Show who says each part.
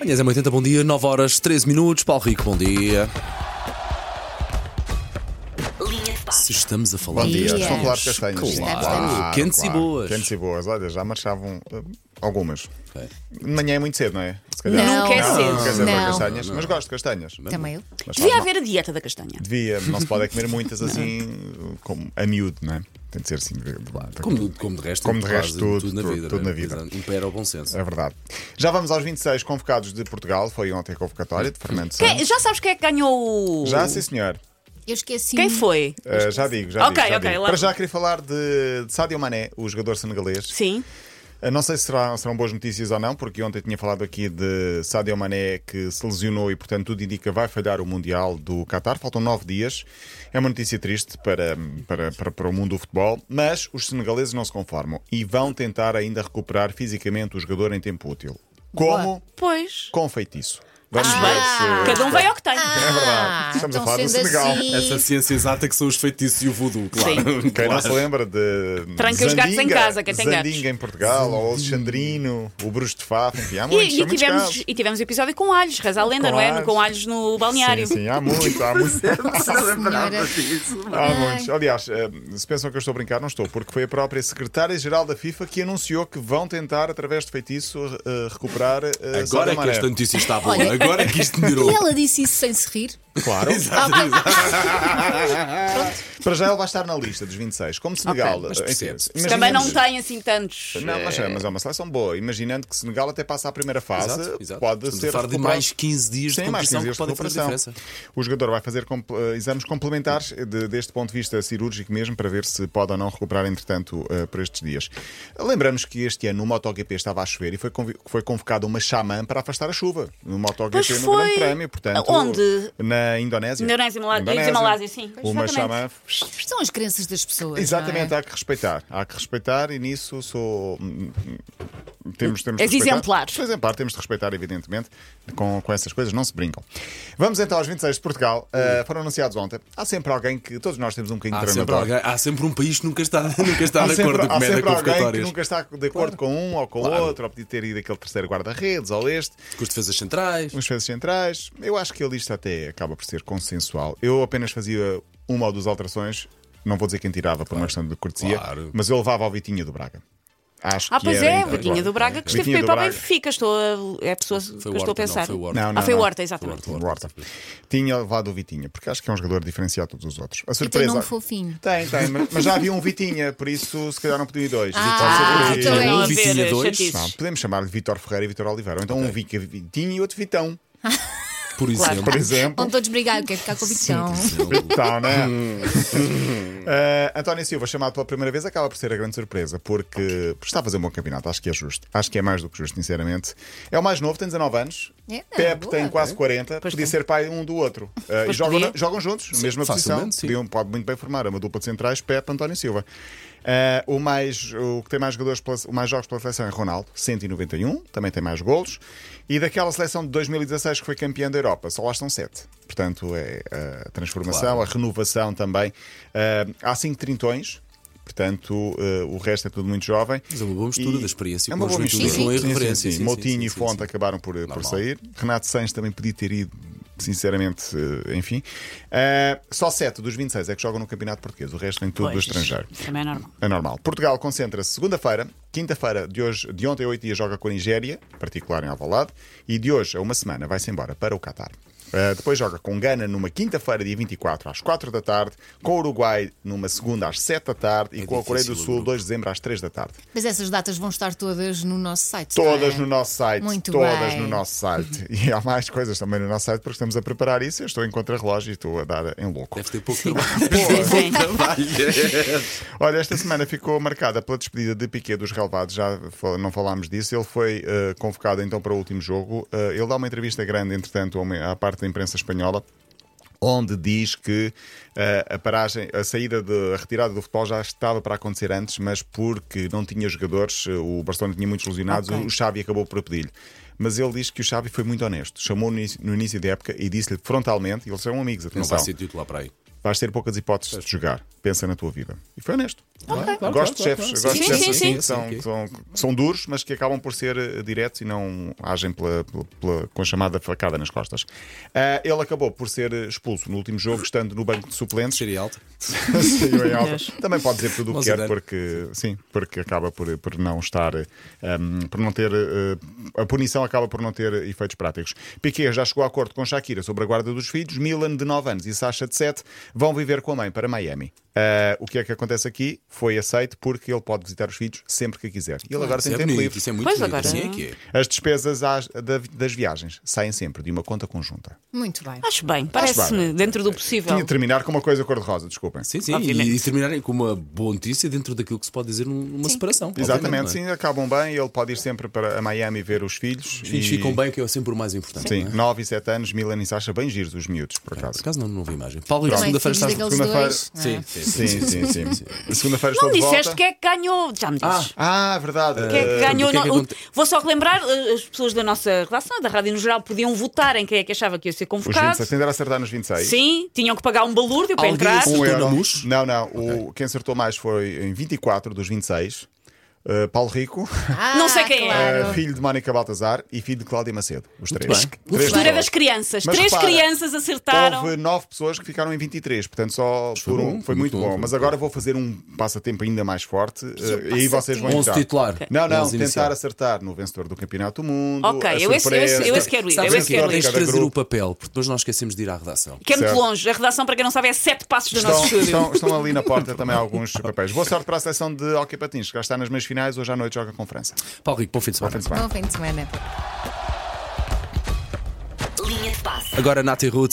Speaker 1: Manhãs é 80, bom dia, 9 horas 13 minutos. Paulo Rico, bom dia.
Speaker 2: Linha de passe.
Speaker 1: Se estamos a falar
Speaker 3: Bom dia,
Speaker 1: disto,
Speaker 3: estão a falar de
Speaker 1: estamos-
Speaker 3: castanhas.
Speaker 1: Claro,
Speaker 3: Claro,
Speaker 1: é quentes
Speaker 3: claro.
Speaker 1: e boas.
Speaker 3: Quentes e boas, olha, já marchavam eh, algumas.
Speaker 1: Ok.
Speaker 3: De manhã é muito cedo, não é? Se
Speaker 2: Não. Nunca é cedo.
Speaker 3: Nunca é cedo para
Speaker 4: Não.
Speaker 3: castanhas, mas gosto de castanhas.
Speaker 4: Também eu.
Speaker 3: Mas faz
Speaker 2: Devia
Speaker 3: mal.
Speaker 2: haver a dieta da castanha.
Speaker 3: Devia, não se pode é comer muitas assim, como a miúdo, não é? Tem de ser assim. de- de- de-
Speaker 1: Como, como de resto,
Speaker 3: Como de
Speaker 1: quase
Speaker 3: resto, tudo,
Speaker 1: na
Speaker 3: tudo,
Speaker 1: vida.
Speaker 3: tudo
Speaker 1: né?
Speaker 3: na vida.
Speaker 1: Exato. Impera o bom senso.
Speaker 3: É verdade. Já vamos aos 26 convocados de Portugal, foi ontem a convocatória de Fernando
Speaker 2: Quem-
Speaker 3: Santos.
Speaker 2: já sabes quem é que ganhou o.
Speaker 3: Já, sim senhor.
Speaker 4: Eu esqueci.
Speaker 2: Quem foi?
Speaker 3: Eh, já digo, já
Speaker 2: Ok,
Speaker 3: digo. Já
Speaker 2: ok,
Speaker 3: digo.
Speaker 2: lá-
Speaker 3: Para já queria falar de, de Sadio Mané, o jogador senegalês.
Speaker 2: Sim.
Speaker 3: Uh, Não sei se será- serão boas notícias ou não, porque ontem tinha falado aqui de Sadio Mané que se lesionou e, portanto, tudo indica vai falhar o Mundial do Qatar. Faltam nove dias. É uma notícia triste para, para, para, para o mundo do futebol, mas os senegaleses não se conformam e vão tentar ainda recuperar fisicamente o jogador em tempo útil. Como?
Speaker 2: Pois.
Speaker 3: Com feitiço. Vamos
Speaker 2: Acho
Speaker 3: ver se-
Speaker 2: bem. Cada um veio ao que tem.
Speaker 3: É verdade. Estamos a
Speaker 4: então
Speaker 3: falar do
Speaker 4: sendo
Speaker 3: Senegal.
Speaker 4: assim-
Speaker 1: Essa ciência exata que são os feitiços e o voodoo, claro.
Speaker 3: Quem não
Speaker 1: Claro.
Speaker 3: se lembra de.
Speaker 2: Tranquem os gatos em
Speaker 3: Zandinga,
Speaker 2: casa, quem tem gatos.
Speaker 3: Zandinga em Portugal, ou Alexandrino, o Bruxo de Fafo, enfim, há
Speaker 2: E,
Speaker 3: muitos,
Speaker 2: e
Speaker 3: há muitos casos.
Speaker 2: tivemos, e tivemos episódio com alhos, reza a lenda,
Speaker 3: Com
Speaker 2: não é?
Speaker 3: alhos.
Speaker 2: Com alhos no balneário.
Speaker 3: Sim, sim, há muito, há muito. Há muitos. Aliás, eh, se pensam que eu estou a brincar, não estou, porque foi a própria secretária-geral da FIFA que anunciou que vão tentar, através de feitiço, eh, recuperar eh,
Speaker 1: Agora
Speaker 3: Sadio
Speaker 1: é que
Speaker 3: Mané.
Speaker 1: esta notícia está boa.
Speaker 4: Olha.
Speaker 1: Agora é que isto melhorou.
Speaker 4: E ela disse isso sem se rir.
Speaker 3: Claro.
Speaker 1: Exato, exato.
Speaker 3: Para já ele vai estar na lista dos 26. Como Senegal.
Speaker 2: Ok,
Speaker 1: mas
Speaker 3: eh, enfim,
Speaker 1: percebe-se.
Speaker 3: imaginemos-
Speaker 2: Também não tem assim tantos.
Speaker 3: Não, mas, é, mas é uma seleção boa. Imaginando que Senegal até passa à primeira fase,
Speaker 1: Exato, exato.
Speaker 3: ah, pode
Speaker 1: Estamos
Speaker 3: ser.
Speaker 1: a falar de
Speaker 3: recuperado.
Speaker 1: mais 15 dias de
Speaker 3: Sim, mais
Speaker 1: competição
Speaker 3: 15 dias
Speaker 1: que podem
Speaker 3: de
Speaker 1: fazer
Speaker 3: recuperação.
Speaker 1: diferença.
Speaker 3: O jogador vai fazer comp- eh, exames complementares de- deste ponto de vista cirúrgico mesmo para ver se pode ou não recuperar entretanto eh, por estes dias. Lembramos que este ano o MotoGP estava a chover e foi, convi- foi convocada uma xamã para afastar a chuva no MotoGP
Speaker 2: Pois
Speaker 3: no
Speaker 2: foi.
Speaker 3: Grande Prémio, portanto,
Speaker 2: Onde?
Speaker 3: na Indonésia.
Speaker 2: Indonésia e Malá- e Malásia, sim. Pois,
Speaker 3: Uma xamã
Speaker 2: exatamente.
Speaker 4: São as crenças das pessoas.
Speaker 3: Exatamente,
Speaker 4: não é?
Speaker 3: há que respeitar. Há que respeitar e nisso sou. hum, hum, Temos, temos de
Speaker 2: És
Speaker 3: respeitar.
Speaker 2: exemplar.
Speaker 3: Sou exemplar, temos de respeitar, evidentemente. Com, com essas coisas não se brincam. Vamos então aos 26 de Portugal. Uh, foram anunciados ontem. Há sempre alguém que. Todos nós temos um bocadinho
Speaker 1: Hum. Há
Speaker 3: de
Speaker 1: sempre,
Speaker 3: treinador.
Speaker 1: alguém, há sempre um país que nunca está, nunca está
Speaker 3: Há
Speaker 1: de
Speaker 3: sempre,
Speaker 1: acordo
Speaker 3: há
Speaker 1: com merda
Speaker 3: sempre alguém que
Speaker 1: convocatórias.
Speaker 3: nunca está de acordo com um ou com o
Speaker 1: Claro.
Speaker 3: outro, ou podia ter ido aquele terceiro guarda-redes ou este.
Speaker 1: Com as defesas centrais.
Speaker 3: Os fezes centrais. Eu acho que a lista até acaba por ser consensual. Eu apenas fazia uma ou duas alterações. Não vou dizer quem tirava por uma questão de cortesia,
Speaker 1: Claro.
Speaker 3: mas eu levava ao Vitinha do Braga. Acho
Speaker 2: Ah,
Speaker 3: que
Speaker 2: pois
Speaker 3: era
Speaker 2: é,
Speaker 3: então.
Speaker 2: Vitinha do Braga, que esteve
Speaker 3: Vitinha
Speaker 2: bem
Speaker 3: do
Speaker 2: para o
Speaker 3: Braga.
Speaker 2: Benfica. Estou a- é a pessoa que
Speaker 1: o
Speaker 2: eu estou a
Speaker 1: Horta, não,
Speaker 2: pensar.
Speaker 1: foi o Horta.
Speaker 3: Não, não,
Speaker 2: ah, foi o
Speaker 3: não.
Speaker 2: Horta, exatamente.
Speaker 1: Foi o Horta.
Speaker 3: Horta. Tinha levado o Vitinha, porque acho que é um jogador diferenciado dos outros. A
Speaker 4: E tem
Speaker 3: surpresa.
Speaker 4: nome fofinho.
Speaker 3: Tem, tem, mas mas já havia um Vitinha, por isso se calhar não podiam ir dois.
Speaker 4: Ah,
Speaker 3: Pode ser por aí.
Speaker 4: então é
Speaker 2: Não
Speaker 4: isso.
Speaker 2: a ver,
Speaker 1: Vitinha
Speaker 2: eh,
Speaker 1: dois.
Speaker 2: chatices.
Speaker 3: Não, podemos chamar-lhe Vitor Ferreira e Vitor Oliveira. Ou então um Vica Vitinha e outro Vitão,
Speaker 1: Por exemplo.
Speaker 4: Um
Speaker 3: por exemplo.
Speaker 4: Vão todos brigar, eu quero ficar com o bichão.
Speaker 3: Tá, né? Eh, António Silva, chamado pela primeira vez, acaba por ser a grande surpresa, porque está a fazer um bom campeonato, acho que é justo. Acho que é mais do que justo, sinceramente. É o mais novo, tem 19 anos.
Speaker 4: É,
Speaker 3: Pepe
Speaker 4: boa.
Speaker 3: tem quase 40,
Speaker 2: Pois
Speaker 3: podia
Speaker 2: tem.
Speaker 3: ser pai um do outro. Eh, e
Speaker 2: Pois
Speaker 3: jogam,
Speaker 2: podia.
Speaker 3: na- jogam juntos, mesma posição.
Speaker 1: facilmente, sim.
Speaker 3: Podiam, pode um muito bem formar uma dupla de centrais, Pepe, António Silva. Eh, o, mais, o que tem mais, jogadores pela- o mais jogos pela seleção é Ronaldo, 191, também tem mais golos. E daquela seleção de 2016 que foi campeã da Europa, só lá estão 7. Portanto, é a transformação, a renovação também. Eh, há 5 trintões, portanto, eh, o resto é tudo muito jovem.
Speaker 1: Mas é uma boa mistura da experiência
Speaker 3: É
Speaker 1: com
Speaker 3: uma
Speaker 1: a
Speaker 3: boa
Speaker 1: juventude,
Speaker 3: mistura.
Speaker 1: com a
Speaker 3: Sim, sim,
Speaker 1: irreverência,
Speaker 3: sim.
Speaker 1: sim, sim,
Speaker 3: Moutinho
Speaker 1: sim,
Speaker 3: e
Speaker 1: sim,
Speaker 3: Fonte
Speaker 1: sim.
Speaker 3: acabaram por, por
Speaker 1: Normal.
Speaker 3: sair. Renato Sanches também podia ter ido, sinceramente, eh, enfim. Eh, só 7 dos 26 é que jogam no Campeonato Português, o resto vem tudo do
Speaker 2: Pois,
Speaker 3: estrangeiro.
Speaker 2: Também é normal.
Speaker 3: É normal. Portugal concentra-se segunda-feira, quinta-feira de hoje, de ontem a 8 dias joga com a Nigéria, em particular em Alvalade, e de hoje a uma semana vai-se embora para o Qatar. Eh, depois joga com Gana numa quinta-feira, dia 24, às 4 da tarde, com o Uruguai numa segunda, às 7 da tarde, e
Speaker 1: É
Speaker 3: com a Coreia do
Speaker 1: difícil o
Speaker 3: Sul,
Speaker 1: grupo.
Speaker 3: 2 de dezembro, às 3 da tarde.
Speaker 4: Mas essas datas vão estar todas no nosso site.
Speaker 3: Todas
Speaker 4: não é?
Speaker 3: no nosso site.
Speaker 4: Muito
Speaker 3: todas
Speaker 4: bem.
Speaker 3: no nosso site. E há mais coisas também no nosso site, porque estamos a preparar isso. Eu estou em contra-relógio e estou a dar em louco.
Speaker 1: Deve ter pouco trabalho.
Speaker 2: Sim.
Speaker 3: Olha, esta semana ficou marcada pela despedida de Piquet dos Relevados, já fal- não falámos disso. Ele foi eh, convocado então para o último jogo. Eh, ele dá uma entrevista grande, entretanto, a uma- à parte da imprensa espanhola. Onde diz que eh, a paragem, a saída de a retirada do futebol já estava para acontecer antes, mas porque não tinha jogadores, eh, o Barcelona tinha muitos lesionados,
Speaker 2: Ok.
Speaker 3: o Xavi acabou por pedir-lhe. Mas ele diz que o Xavi foi muito honesto, chamou no início, no início da época e disse-lhe frontalmente, e eles são amigos,
Speaker 1: Não
Speaker 3: atenção,
Speaker 1: vai ser título lá para aí.
Speaker 3: vais ter poucas hipóteses de jogar. pensa na tua vida. E foi honesto.
Speaker 1: Claro, claro,
Speaker 3: gosto de
Speaker 1: claro,
Speaker 3: chefes,
Speaker 1: claro.
Speaker 3: gosto de
Speaker 2: Sim,
Speaker 3: chefes
Speaker 2: sim,
Speaker 3: assim,
Speaker 2: sim.
Speaker 3: que são,
Speaker 1: Sim,
Speaker 3: que são, que são duros, mas que acabam por ser eh, diretos e não agem pela, pela- pela- com a chamada facada nas costas. Ah, ele acabou por ser eh, expulso no último jogo, estando no banco de suplentes.
Speaker 1: Seria alto.
Speaker 3: Saiu em alta. Também pode dizer tudo o que
Speaker 1: Mas
Speaker 3: quer,
Speaker 1: era.
Speaker 3: porque sim, porque acaba por, por não estar, eh, um, por não ter eh, a punição acaba por não ter efeitos práticos. Piquet já chegou a acordo com Shakira sobre a guarda dos filhos, Milan de 9 anos e Sasha de 7 vão viver com a mãe para Miami. Ah, o que é que acontece aqui? Foi aceito porque ele pode visitar os filhos sempre que quiser. E ele agora
Speaker 1: Isso
Speaker 3: tem
Speaker 1: é
Speaker 3: tempo
Speaker 1: bonito,
Speaker 3: livre.
Speaker 1: Isso é muito
Speaker 2: Pois
Speaker 1: bonito.
Speaker 2: agora-
Speaker 1: Assim é que é.
Speaker 3: As despesas às- da- das viagens saem sempre de uma conta conjunta.
Speaker 4: Muito bem.
Speaker 2: Acho bem, parece-me, dentro do possível.
Speaker 3: Tinha de terminar com uma coisa cor-de-rosa, desculpem.
Speaker 1: Sim, sim,
Speaker 2: Obviamente.
Speaker 1: e, e terminarem com uma boa notícia dentro daquilo que se pode dizer num- numa separação.
Speaker 3: Exatamente,
Speaker 1: obviamente, não é?
Speaker 3: sim, acabam bem. Ele pode ir sempre para a Miami ver os filhos.
Speaker 1: Os filhos ficam bem, que é sempre o mais importante.
Speaker 3: Sim,
Speaker 1: não é?
Speaker 3: 9 e 7 anos, Milan e Sasha, bem giros os miúdos, por
Speaker 1: Por
Speaker 3: acaso.
Speaker 1: acaso não, não vi imagem. Paulo, Rico,
Speaker 4: Também
Speaker 1: segunda-feira
Speaker 4: filhos
Speaker 1: estás.
Speaker 4: daqueles
Speaker 3: segunda-feira.
Speaker 4: dois. não
Speaker 1: Sim, sim, sim.
Speaker 4: é?
Speaker 3: Sim, sim, sim. sim. Segunda-feira
Speaker 2: Não
Speaker 3: estou
Speaker 2: me
Speaker 3: de
Speaker 2: disseste
Speaker 3: volta.
Speaker 2: quem é que ganhou. Já me dizes.
Speaker 3: Ah, verdade.
Speaker 2: Quem é que
Speaker 3: Eh,
Speaker 2: ganhou?
Speaker 1: o que é que
Speaker 2: não- o-
Speaker 1: aconte-
Speaker 2: Vou só relembrar, eh, as pessoas da nossa relação, da rádio no geral, podiam votar em quem é que achava que ia ser
Speaker 3: Os
Speaker 2: convocado.
Speaker 3: 26, tenderam a acertar nos 26.
Speaker 2: Sim, tinham que pagar um balúrdio para
Speaker 1: Alguém
Speaker 2: entrar.
Speaker 1: acertou na Mush?
Speaker 3: Não, não. O, quem acertou mais foi em 24 dos 26. eh, Paulo Rico,
Speaker 2: Não
Speaker 4: Ah,
Speaker 2: sei quem é.
Speaker 3: eh, filho de Mónica Baltazar e filho de Cláudia Macedo. Os três.
Speaker 1: bem.
Speaker 2: O futuro
Speaker 3: Três
Speaker 2: é
Speaker 3: pessoas.
Speaker 2: das crianças.
Speaker 3: Mas
Speaker 2: Três
Speaker 3: repara,
Speaker 2: crianças acertaram.
Speaker 3: Houve nove pessoas que ficaram em 23, portanto só
Speaker 1: foi
Speaker 3: por um.
Speaker 1: bom,
Speaker 3: foi
Speaker 1: muito
Speaker 3: muito, bom.
Speaker 1: bom, foi
Speaker 3: Mas
Speaker 1: muito
Speaker 3: agora vou fazer um passatempo ainda mais forte eh, e aí vocês vão
Speaker 1: 11
Speaker 3: entrar.
Speaker 1: titular.
Speaker 3: Não, não,
Speaker 1: 11
Speaker 3: tentar
Speaker 1: inicial.
Speaker 3: acertar no vencedor do Campeonato do Mundo.
Speaker 2: Ok,
Speaker 3: a
Speaker 2: eu esse- eu esse-
Speaker 3: surpresa.
Speaker 2: eu esse quero ir,
Speaker 1: Sabes
Speaker 2: eu
Speaker 1: o
Speaker 2: esse
Speaker 1: que é?
Speaker 2: quero ir.
Speaker 1: Tens de
Speaker 3: Cada
Speaker 1: trazer o
Speaker 3: grupo.
Speaker 1: papel, porque depois nós esquecemos de ir à redação.
Speaker 2: Que é muito
Speaker 3: Certo.
Speaker 2: longe. A redação, para quem não sabe, é sete passos do
Speaker 3: Estão,
Speaker 2: nosso estúdio.
Speaker 3: estão- estão ali na porta também alguns papéis. Boa sorte para a seleção de Hockey Patins, que já está nas meias finais, hoje à noite joga com França.
Speaker 1: Paulo Rico, bom fim de semana.
Speaker 3: França vai.
Speaker 4: Bom fim de semana.
Speaker 5: Linha de passe.
Speaker 1: Agora Nati Ruth.